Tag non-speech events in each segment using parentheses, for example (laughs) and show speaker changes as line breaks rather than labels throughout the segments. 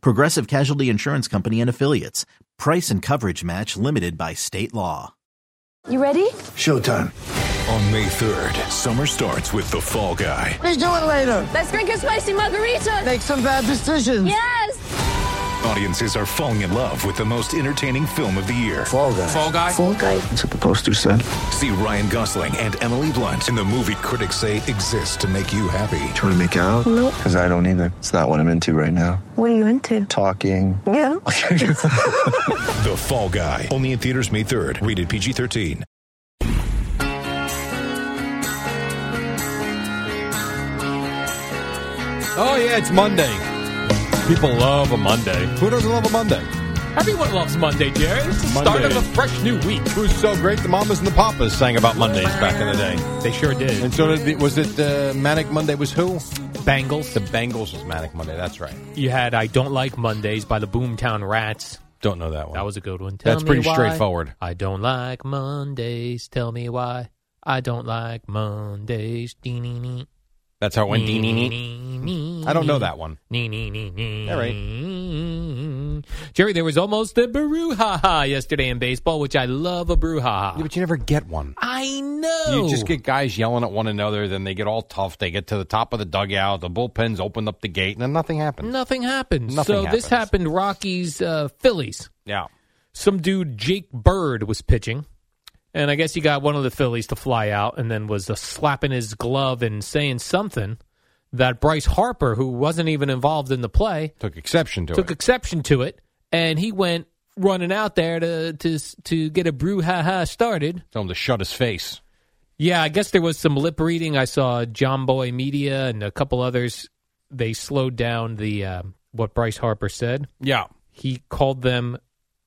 Progressive Casualty Insurance Company and Affiliates. Price and coverage match limited by state law.
You ready?
Showtime.
On May 3rd, summer starts with The Fall Guy.
Let's do it later.
Let's drink a spicy margarita.
Make some bad decisions.
Yes.
Audiences are falling in love with the most entertaining film of the year.
Fall guy.
Fall guy.
Fall guy.
That's what the poster said.
See Ryan Gosling and Emily Blunt in the movie critics say exists to make you happy.
Trying to make it out?
Nope.
Because I don't either. It's not what I'm into right now.
What are you into?
Talking.
Yeah.
The Fall Guy. Only in theaters May 3rd. Rated PG 13.
Oh yeah, it's Monday. People love a Monday. Who doesn't love a Monday?
Everyone loves Monday, Jerry. It's the
Monday.
start of a fresh new week.
It was so great. The mamas and the papas sang about Mondays back in the day.
They sure
And
did.
so did the, was it uh, Manic Monday? Was who?
Bangles.
The Bengals was Manic Monday. That's right.
You had I Don't Like Mondays by the Boomtown Rats.
Don't know that one.
That was a good one. Tell
That's
me
pretty
why
straightforward.
I don't like Mondays. Tell me why. I don't like Mondays. Dee-nee-nee.
That's how it went. I
Nee-nee-nee.
don't know that one.
Nee-nee-nee-nee.
All
Jerry, there was almost a brouhaha yesterday in baseball, which I love a brouhaha.
Yeah, but you never get one.
I know.
You just get guys yelling at one another. Then they get all tough. They get to the top of the dugout. The bullpens opened up the gate, and then nothing happens.
Nothing happened.
Nothing
so this
happens.
happened Rockies uh, Phillies.
Yeah.
Some dude Jake Bird was pitching, and I guess he got one of the Phillies to fly out, and then was uh, slapping his glove and saying something that Bryce Harper, who wasn't even involved in the play,
Took exception to
took
it.
exception to it, and he went running out there to to to get a brouhaha started.
Told him to shut his face.
Yeah, I guess there was some lip reading. I saw John Boy Media and a couple others. They slowed down the uh, what Bryce Harper said.
Yeah.
he called them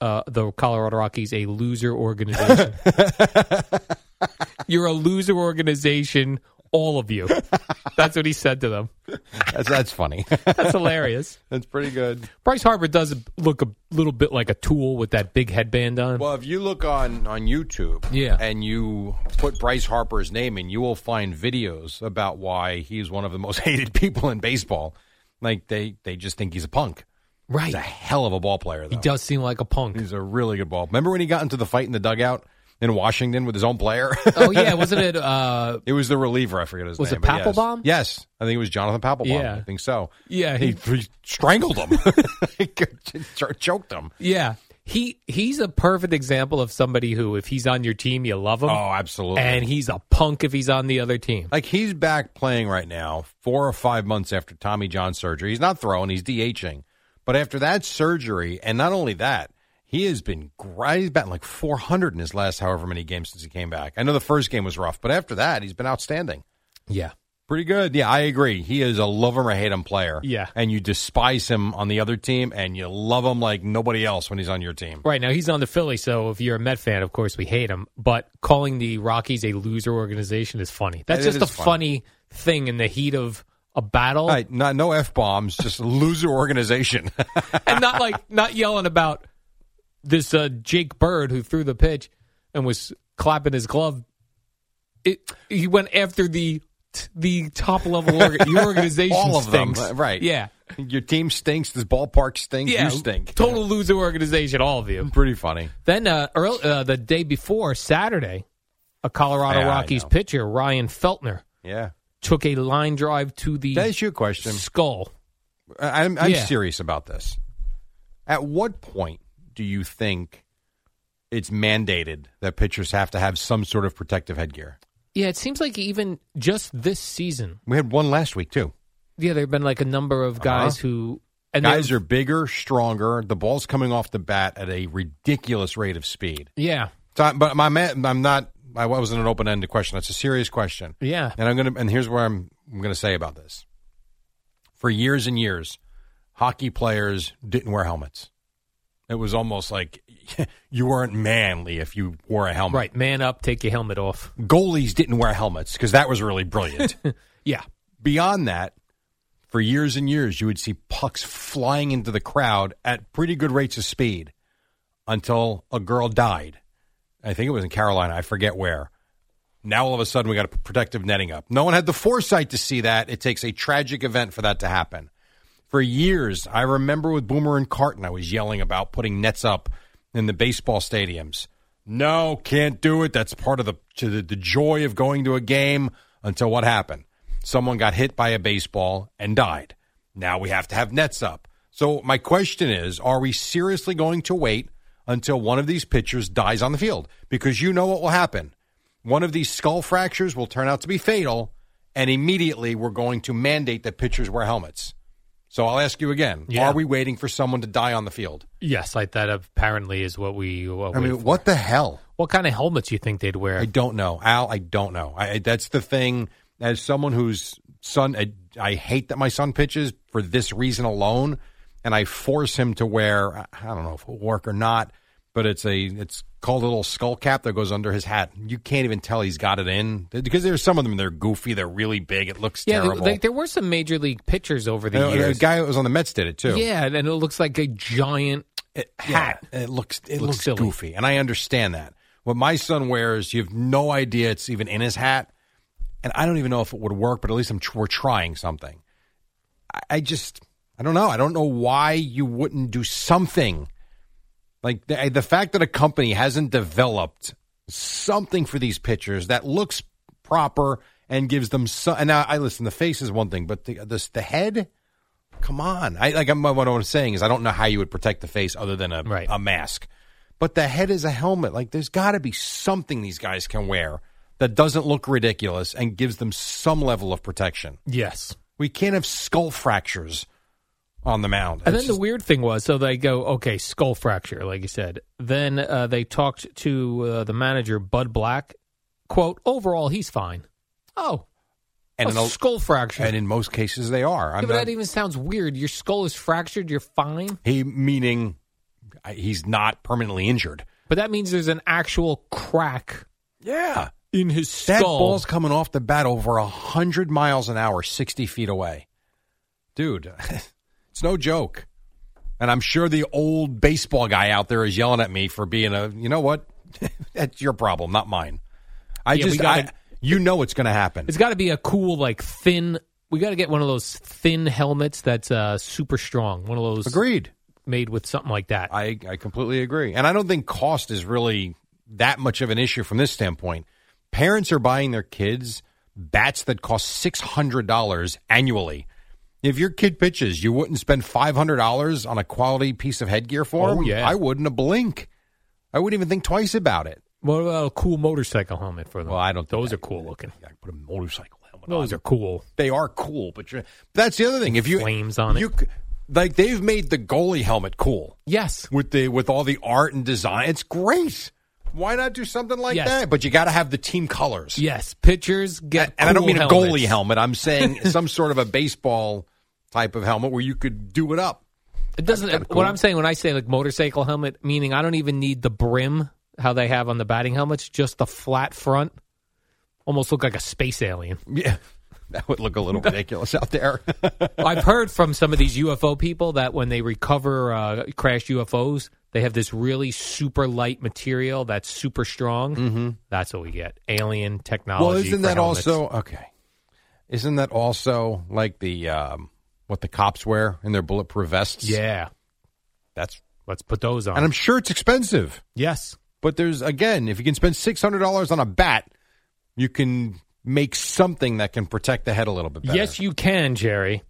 uh, the Colorado Rockies a loser organization. You're a loser organization, all of you. That's what he said to them.
That's, that's funny. (laughs)
That's hilarious.
that's pretty good.
Bryce Harper does look a little bit like a tool with that big headband on.
Well, if you look on on YouTube,
Yeah.
and you put Bryce Harper's name in, you will find videos about why he's one of the most (laughs) hated people in baseball. Like they they just think he's a punk.
right.
He's a hell of a ball player, though.
He does seem like a punk.
He's a really good ball. Remember when he got into the fight in the dugout in Washington with his own player? (laughs)
oh yeah, wasn't it? Uh,
it was the reliever. I forget his
Was
name.
it
but yes.
Papelbon?
Yes. I think it was Jonathan Papelbon.
Yeah.
I think so.
Yeah,
he,
he-
he strangled him. (laughs) he choked him.
yeah, he he's a perfect example of somebody who, if he's on your team, you love him,
Oh, absolutely.
and he's a punk if he's on the other team.
Like he's back playing right now, four or five months after Tommy John surgery. He's not throwing; he's DHing. But after that surgery, and not only that, he has been gri- he's batting like 400 in his last however many games since he came back. I know the first game was rough, but after that, he's been outstanding.
Yeah,
Pretty good. Yeah, I agree. He is a love him or hate him player.
Yeah.
and you despise him on the other team, and you love him like nobody else when he's on your team.
Right now he's on the Philly, so if you're a Met fan, of course we hate him. But calling the Rockies a loser organization is funny. That's
It
just a
is funny.
funny thing in the heat of a battle,
All right, not, no f bombs, just loser organization. (laughs)
(laughs) and not like not yelling about this uh, Jake Bird who threw the pitch and was clapping his glove. It he went after the the top level
(laughs)
org- your organization
All of them,
stinks.
uh, right.
Yeah,
your team stinks. This ballpark stinks.
yeah,
you stink.
Total loser organization, all of you.
Pretty funny.
Then uh, earl uh, the day before Saturday, a Colorado
Yeah, I
Rockies
know.
pitcher Ryan Feltner
Yeah.
took a line drive to the
That's your question.
skull.
I- I'm, I'm
Yeah.
serious about this. At what point do you think it's mandated that pitchers have to have some sort of protective headgear?
Yeah, it seems like even just this season,
We had one last week too.
yeah, there have been like a number of guys who and
Uh-huh. Guys
they're-
are bigger, stronger. The ball's coming off the bat at a ridiculous rate of speed.
yeah,
So, I- but my man, I'm not. I wasn't an open-ended question. That's a serious question.
yeah,
And I'm gonna and here's where I'm, I'm gonna say about this. For years and years, hockey players didn't wear helmets. It was almost like (laughs) you weren't manly if you wore a helmet.
Right, man up, take your helmet off.
Goalies didn't wear helmets because that was really brilliant.
Yeah.
Beyond that, for years and years, you would see pucks flying into the crowd at pretty good rates of speed until a girl died. I think it was in Carolina. I forget where. Now all of a sudden we got a protective netting up. No one had the foresight to see that. It takes a tragic event for that to happen. For years, I remember with Boomer and Carton, I was yelling about putting nets up in the baseball stadiums. No, can't do it. That's part of the to the, the joy of going to a game. Until what happened? Someone got hit by a baseball and died. Now we have to have nets up. So my question is: Are we seriously going to wait until one of these pitchers dies on the field? Because you know what will happen one of these skull fractures will turn out to be fatal, and immediately we're going to mandate that pitchers wear helmets. So I'll ask you again:
Yeah.
Are we waiting for someone to die on the field?
Yes, like that apparently is what we. What
I
we-
mean, what the hell?
What kind of helmets you think they'd wear?
I don't know, Al. I don't know. I, I- that's the thing. As someone whose son, I, I hate that my son pitches for this reason alone, and I force him to wear. I- I don't know if it'll work or not, but it's a it's called a little skull cap that goes under his hat. You can't even tell he's got it in because there's some of them they're goofy, they're really big. It looks
yeah,
terrible.
like there were some major league pitchers over the
You know, Uh, the
years.
guy that was on the Mets did it too.
yeah, and it looks like a giant
It-
hat.
yeah, it looks it
Looks
looks,
silly.
goofy, and I understand that. What my son wears, you have no idea it's even in his hat, and I don't even know if it would work. But at least I'm tr- we're trying something. I, I just I don't know. I don't know why you wouldn't do something. Like the, the fact that a company hasn't developed something for these pitchers that looks proper and gives them some. And now I listen. The face is one thing, but the this, the head. Come on, I like. I'm, what I'm saying is, I don't know how you would protect the face other than a
Right.
a mask. But the head is a helmet. Like, there's got to be something these guys can wear that doesn't look ridiculous and gives them some level of protection.
yes.
We can't have skull fractures on the mound.
And
It's
then the weird thing was, so they go, okay, skull fracture, like you said. Then uh, they talked to uh, the manager, Bud Black. Quote, overall, he's fine. Oh,
and
a
in a-
skull fracture.
and in most cases they are.
Yeah,
I'm
but
not-
that even sounds weird. Your skull is fractured, you're fine.
He meaning I- he's not permanently injured.
But that means there's an actual crack
Yeah,
in his
that
skull.
ball's coming off the bat over hundred miles an hour, sixty feet away, dude. (laughs) it's no joke. And I'm sure the old baseball guy out there is yelling at me for being a. You know what? (laughs) That's your problem, not mine. I
Yeah, we
just,
gotta-
I, you know, it's going to happen.
It's got to be a cool, like thin. We got to get one of those thin helmets that's uh, super strong. One of those
Agreed.
made with something like that.
I, I completely agree. And I don't think cost is really that much of an issue from this standpoint. Parents are buying their kids bats that cost $600 annually. If your kid pitches, you wouldn't spend $500 on a quality piece of headgear for
Oh,
him?
yeah.
I wouldn't a blink. I wouldn't even think twice about it.
what about a cool motorcycle helmet for them?
Well, um, I don't think
Those
I-
are cool looking.
I put a motorcycle helmet
Those are cool.
They are cool, but you're, that's the other thing. If you
Flames on it.
you, c- like they've made the goalie helmet cool.
Yes.
with the with all the art and design. It's great. Why not do something like
Yes.
that? But you got to have the team colors.
Yes. Pitchers get.
and I don't
cool
mean
helmets.
a goalie helmet. I'm saying
(laughs)
some sort of a baseball type of helmet where you could do it up.
It doesn't.
That's kinda
What
cool.
I'm saying when I say like motorcycle helmet, meaning I don't even need the brim how they have on the batting helmets, just the flat front. Almost look like a space
(laughs)
alien.
Yeah, that would look a little ridiculous out there. (laughs)
I've heard from some of these UFO people that when they recover uh, crashed UFOs, they have this really super light material that's super strong. Mm-hmm. That's what we get. Alien technology.
well, isn't
for
that
helmets.
also okay? Isn't that also like the um, what the cops wear in their bulletproof vests?
Yeah.
that's
Let's put those on.
and I'm sure it's expensive.
yes.
But there's again, if you can spend six hundred dollars on a bat, you can make something that can protect the head a little bit better.
Yes, you can, Jerry.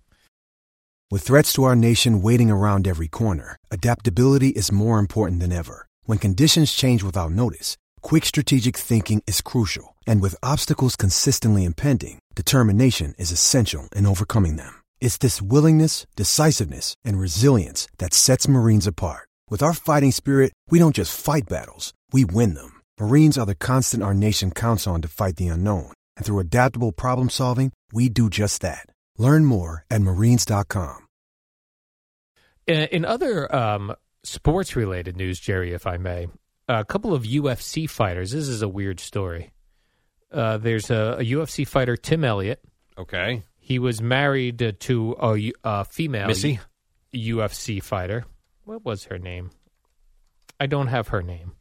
With threats to our nation waiting around every corner, adaptability is more important than ever. When conditions change without notice, quick strategic thinking is crucial, and with obstacles consistently impending, determination is essential in overcoming them. It's this willingness, decisiveness, and resilience that sets Marines apart. With our fighting spirit, we don't just fight battles, we win them. Marines are the constant our nation counts on to fight the unknown, and through adaptable problem solving, we do just that. Learn more at marines.com.
In in Uh, other um, sports related news, Jerry, if I may. A couple of UFC fighters. This is a weird story. Uh, there's a, a UFC fighter, Tim Elliott.
Okay.
He was married uh, to a, U- a female
Missy?
U- UFC fighter. What was her name? I don't have her name.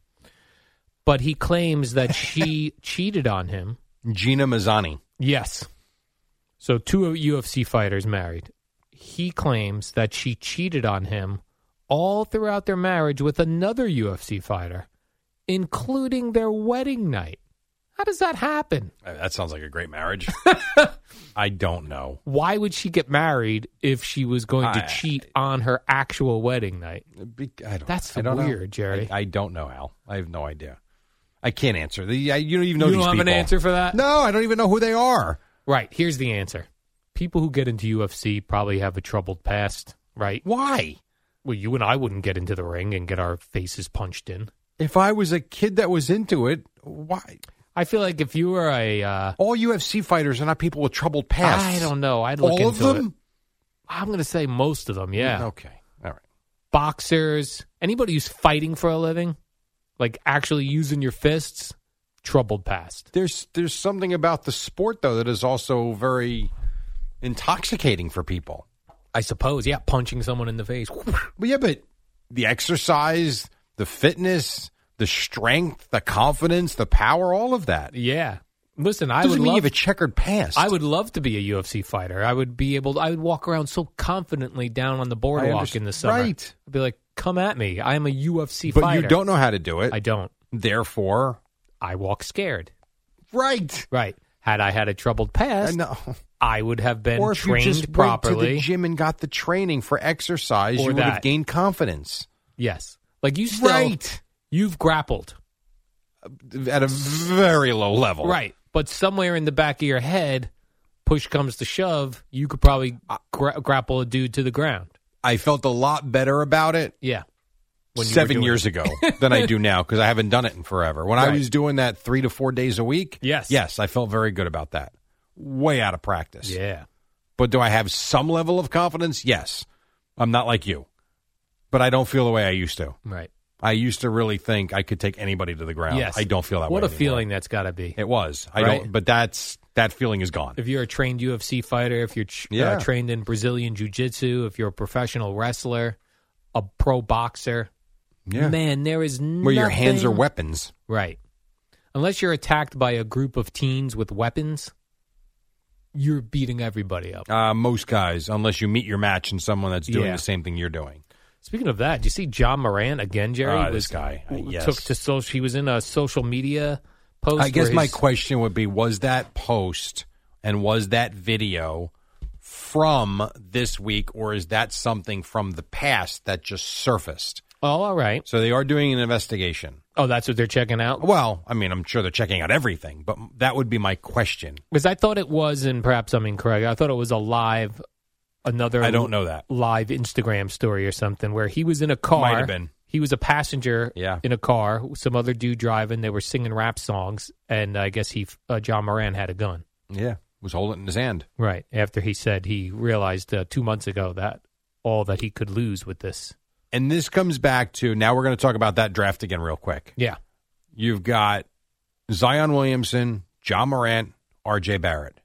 But he claims that she cheated on him.
Gina Mazzani.
Yes. So two UFC fighters married. He claims that she cheated on him all throughout their marriage with another UFC fighter, including their wedding night. How does that happen?
Uh, That sounds like a
(laughs)
great marriage. I don't know.
Why would she get married if she was going to
I-
cheat on her actual wedding night?
Be- I don't,
That's
I don't know.
weird, Jerry.
I, I don't know, Al. I have no idea. I can't answer. The, I, you don't even know
you
these
don't have an
people.
answer for that?
No, I don't even know who they are.
Right. Here's the answer. People who get into UFC probably have a troubled past, right?
Why?
Well, you and I wouldn't get into the ring and get our faces punched in.
If I was a kid that was into it, why?
I feel like if you were a, uh,
All UFC fighters are not people with troubled pasts.
I don't know. I'd look
All of
into
them?
it. I'm going to say most of them. Yeah,
Okay. All right.
boxers, anybody who's fighting for a living, like actually using your fists, troubled past.
There's there's something about the sport though that is also very intoxicating for people.
I suppose. Yeah, punching someone in the face.
But yeah, but the exercise, the fitness, the strength, the confidence, the power, all of that.
yeah. Listen, I
doesn't
would
mean you
love.
have a checkered past.
I would love to be a UFC fighter. I would be able. To, I would walk around so confidently down on the boardwalk
understand-
in the summer.
right.
I'd be like, "Come at me! I am a UFC
but
fighter."
you don't know how to do it.
I don't.
Therefore,
I walk scared.
right.
Right. Had I had a troubled
I
past,
know.
I would have been
(laughs) or if
trained
you just went to
properly.
the gym and got the training for exercise,
Or
you would
that.
have gained confidence.
Yes. Like you still
Right.
you've grappled.
At a very low level.
Right. But somewhere in the back of your head, push comes to shove, you could probably gra- grapple a dude to the ground.
I felt a lot better about it
Yeah. you were
seven
doing (laughs)
years ago than I do now because I haven't done it in forever. When I
Right.
was doing that three to four days a week,
Yes.
yes, I felt very good about that. Way out of practice.
Yeah.
But do I have some level of confidence? Yes. I'm not like you, but I don't feel the way I used to.
Right.
I used to really think I could take anybody to the ground.
Yes.
I don't feel that
What
way.
a
anymore.
feeling that's got to be.
It was. I
Right?
don't. But that's that feeling is gone.
If you're a trained UFC fighter, if you're ch-
Yeah.
uh, trained in Brazilian jiu jitsu, if you're a professional wrestler, a pro boxer,
Yeah.
man, there is nothing.
Where your hands are weapons.
Right. Unless you're attacked by a group of teens with weapons, you're beating everybody up.
Uh, most guys, unless you meet your match and someone that's doing
Yeah.
the same thing you're doing.
Speaking of that, do you see John Moran again, Jerry?
Ah, this guy. Uh, yes.
Took to social. He was in a social media post.
I guess
where
my
his-
question would be was that post and was that video from this week or is that something from the past that just surfaced?
Oh, all right.
So they are doing an investigation.
Oh, that's what they're checking out.
Well, I mean, I'm sure they're checking out everything, but that would be my question.
Because I thought it was, and perhaps I'm incorrect. I thought it was a live, another.
I don't know that.
live Instagram story or something where he was in a car.
Might have been.
He was a passenger
Yeah.
in a car. Some other dude driving. They were singing rap songs, and I guess he uh, John Moran had a gun.
Yeah. Was holding it in his hand.
Right after he said he realized uh, two months ago that all that he could lose with this.
And this comes back to now we're going to talk about that draft again, real quick.
Yeah,
You've got Zion Williamson, John Morant, RJ Barrett.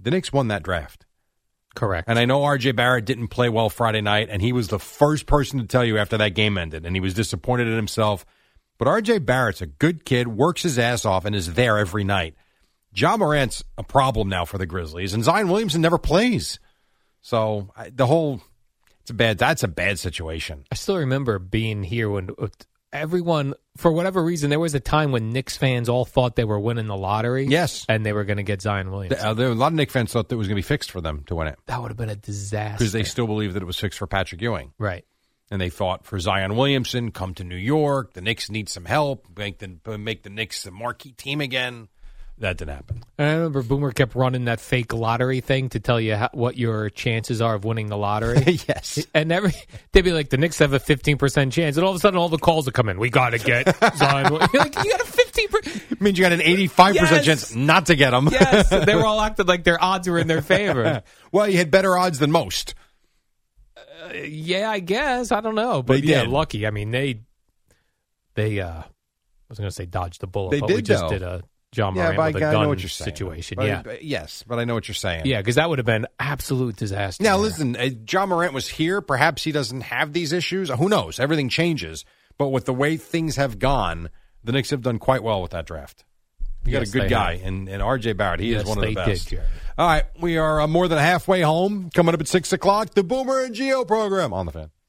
The Knicks won that draft.
correct.
And I know RJ Barrett didn't play well Friday night, and he was the first person to tell you after that game ended, and he was disappointed in himself. But RJ Barrett's a good kid, works his ass off, and is there every night. John Morant's a problem now for the Grizzlies, and Zion Williamson never plays. So I, the whole it's a bad that's a bad situation.
I still remember being here when uh, everyone, for whatever reason, there was a time when Knicks fans all thought they were winning the lottery.
Yes.
and they were going to get Zion Williams.
The- uh, there- a lot of Knicks fans thought that it was going to be fixed for them to win it
that would have been a disaster.
because they still believed that it was fixed for Patrick Ewing.
right.
and they thought for Zion Williamson, come to New York. The Knicks need some help. Make the make the Knicks the marquee team again. That didn't happen.
And I remember Eh, Boomer kept running that fake lottery thing to tell you how, what your chances are of winning the
(laughs)
lottery.
yes,
and every they'd be like, the Knicks have a fifteen percent chance, and all of a sudden, all the calls would come in. We got to
(laughs)
get Zion. Williams." You're like, you got a fifteen. percent
it means you got an eighty-five percent
Yes.
chance not to get him. (laughs)
Yes, they were all acting like their odds were in their favor.
well, you had better odds than most.
Uh, yeah, I guess. I don't know. But
They
yeah,
did.
lucky. I mean, they they uh I was going to say dodged the bullet,
They
but we
did,
just
though.
did a John
yeah,
Moran
but I,
with a
I
gun
know what you're saying.
situation.
But-
yeah.
but- yes, but I know what you're saying.
yeah, because that would have been absolute disaster.
Now,
Yeah.
listen, uh, John Morant was here. Perhaps he doesn't have these issues. Who knows? Everything changes. But with the way things have gone, the Knicks have done quite well with that draft. You
Yes,
got a
they
good guy,
have.
and, and RJ Barrett, he
Yes,
is one of the
they did,
best.
Jerry.
All right, we are uh, more than halfway home. Coming up at 6 o'clock, the Boomer and Geo program on the fan.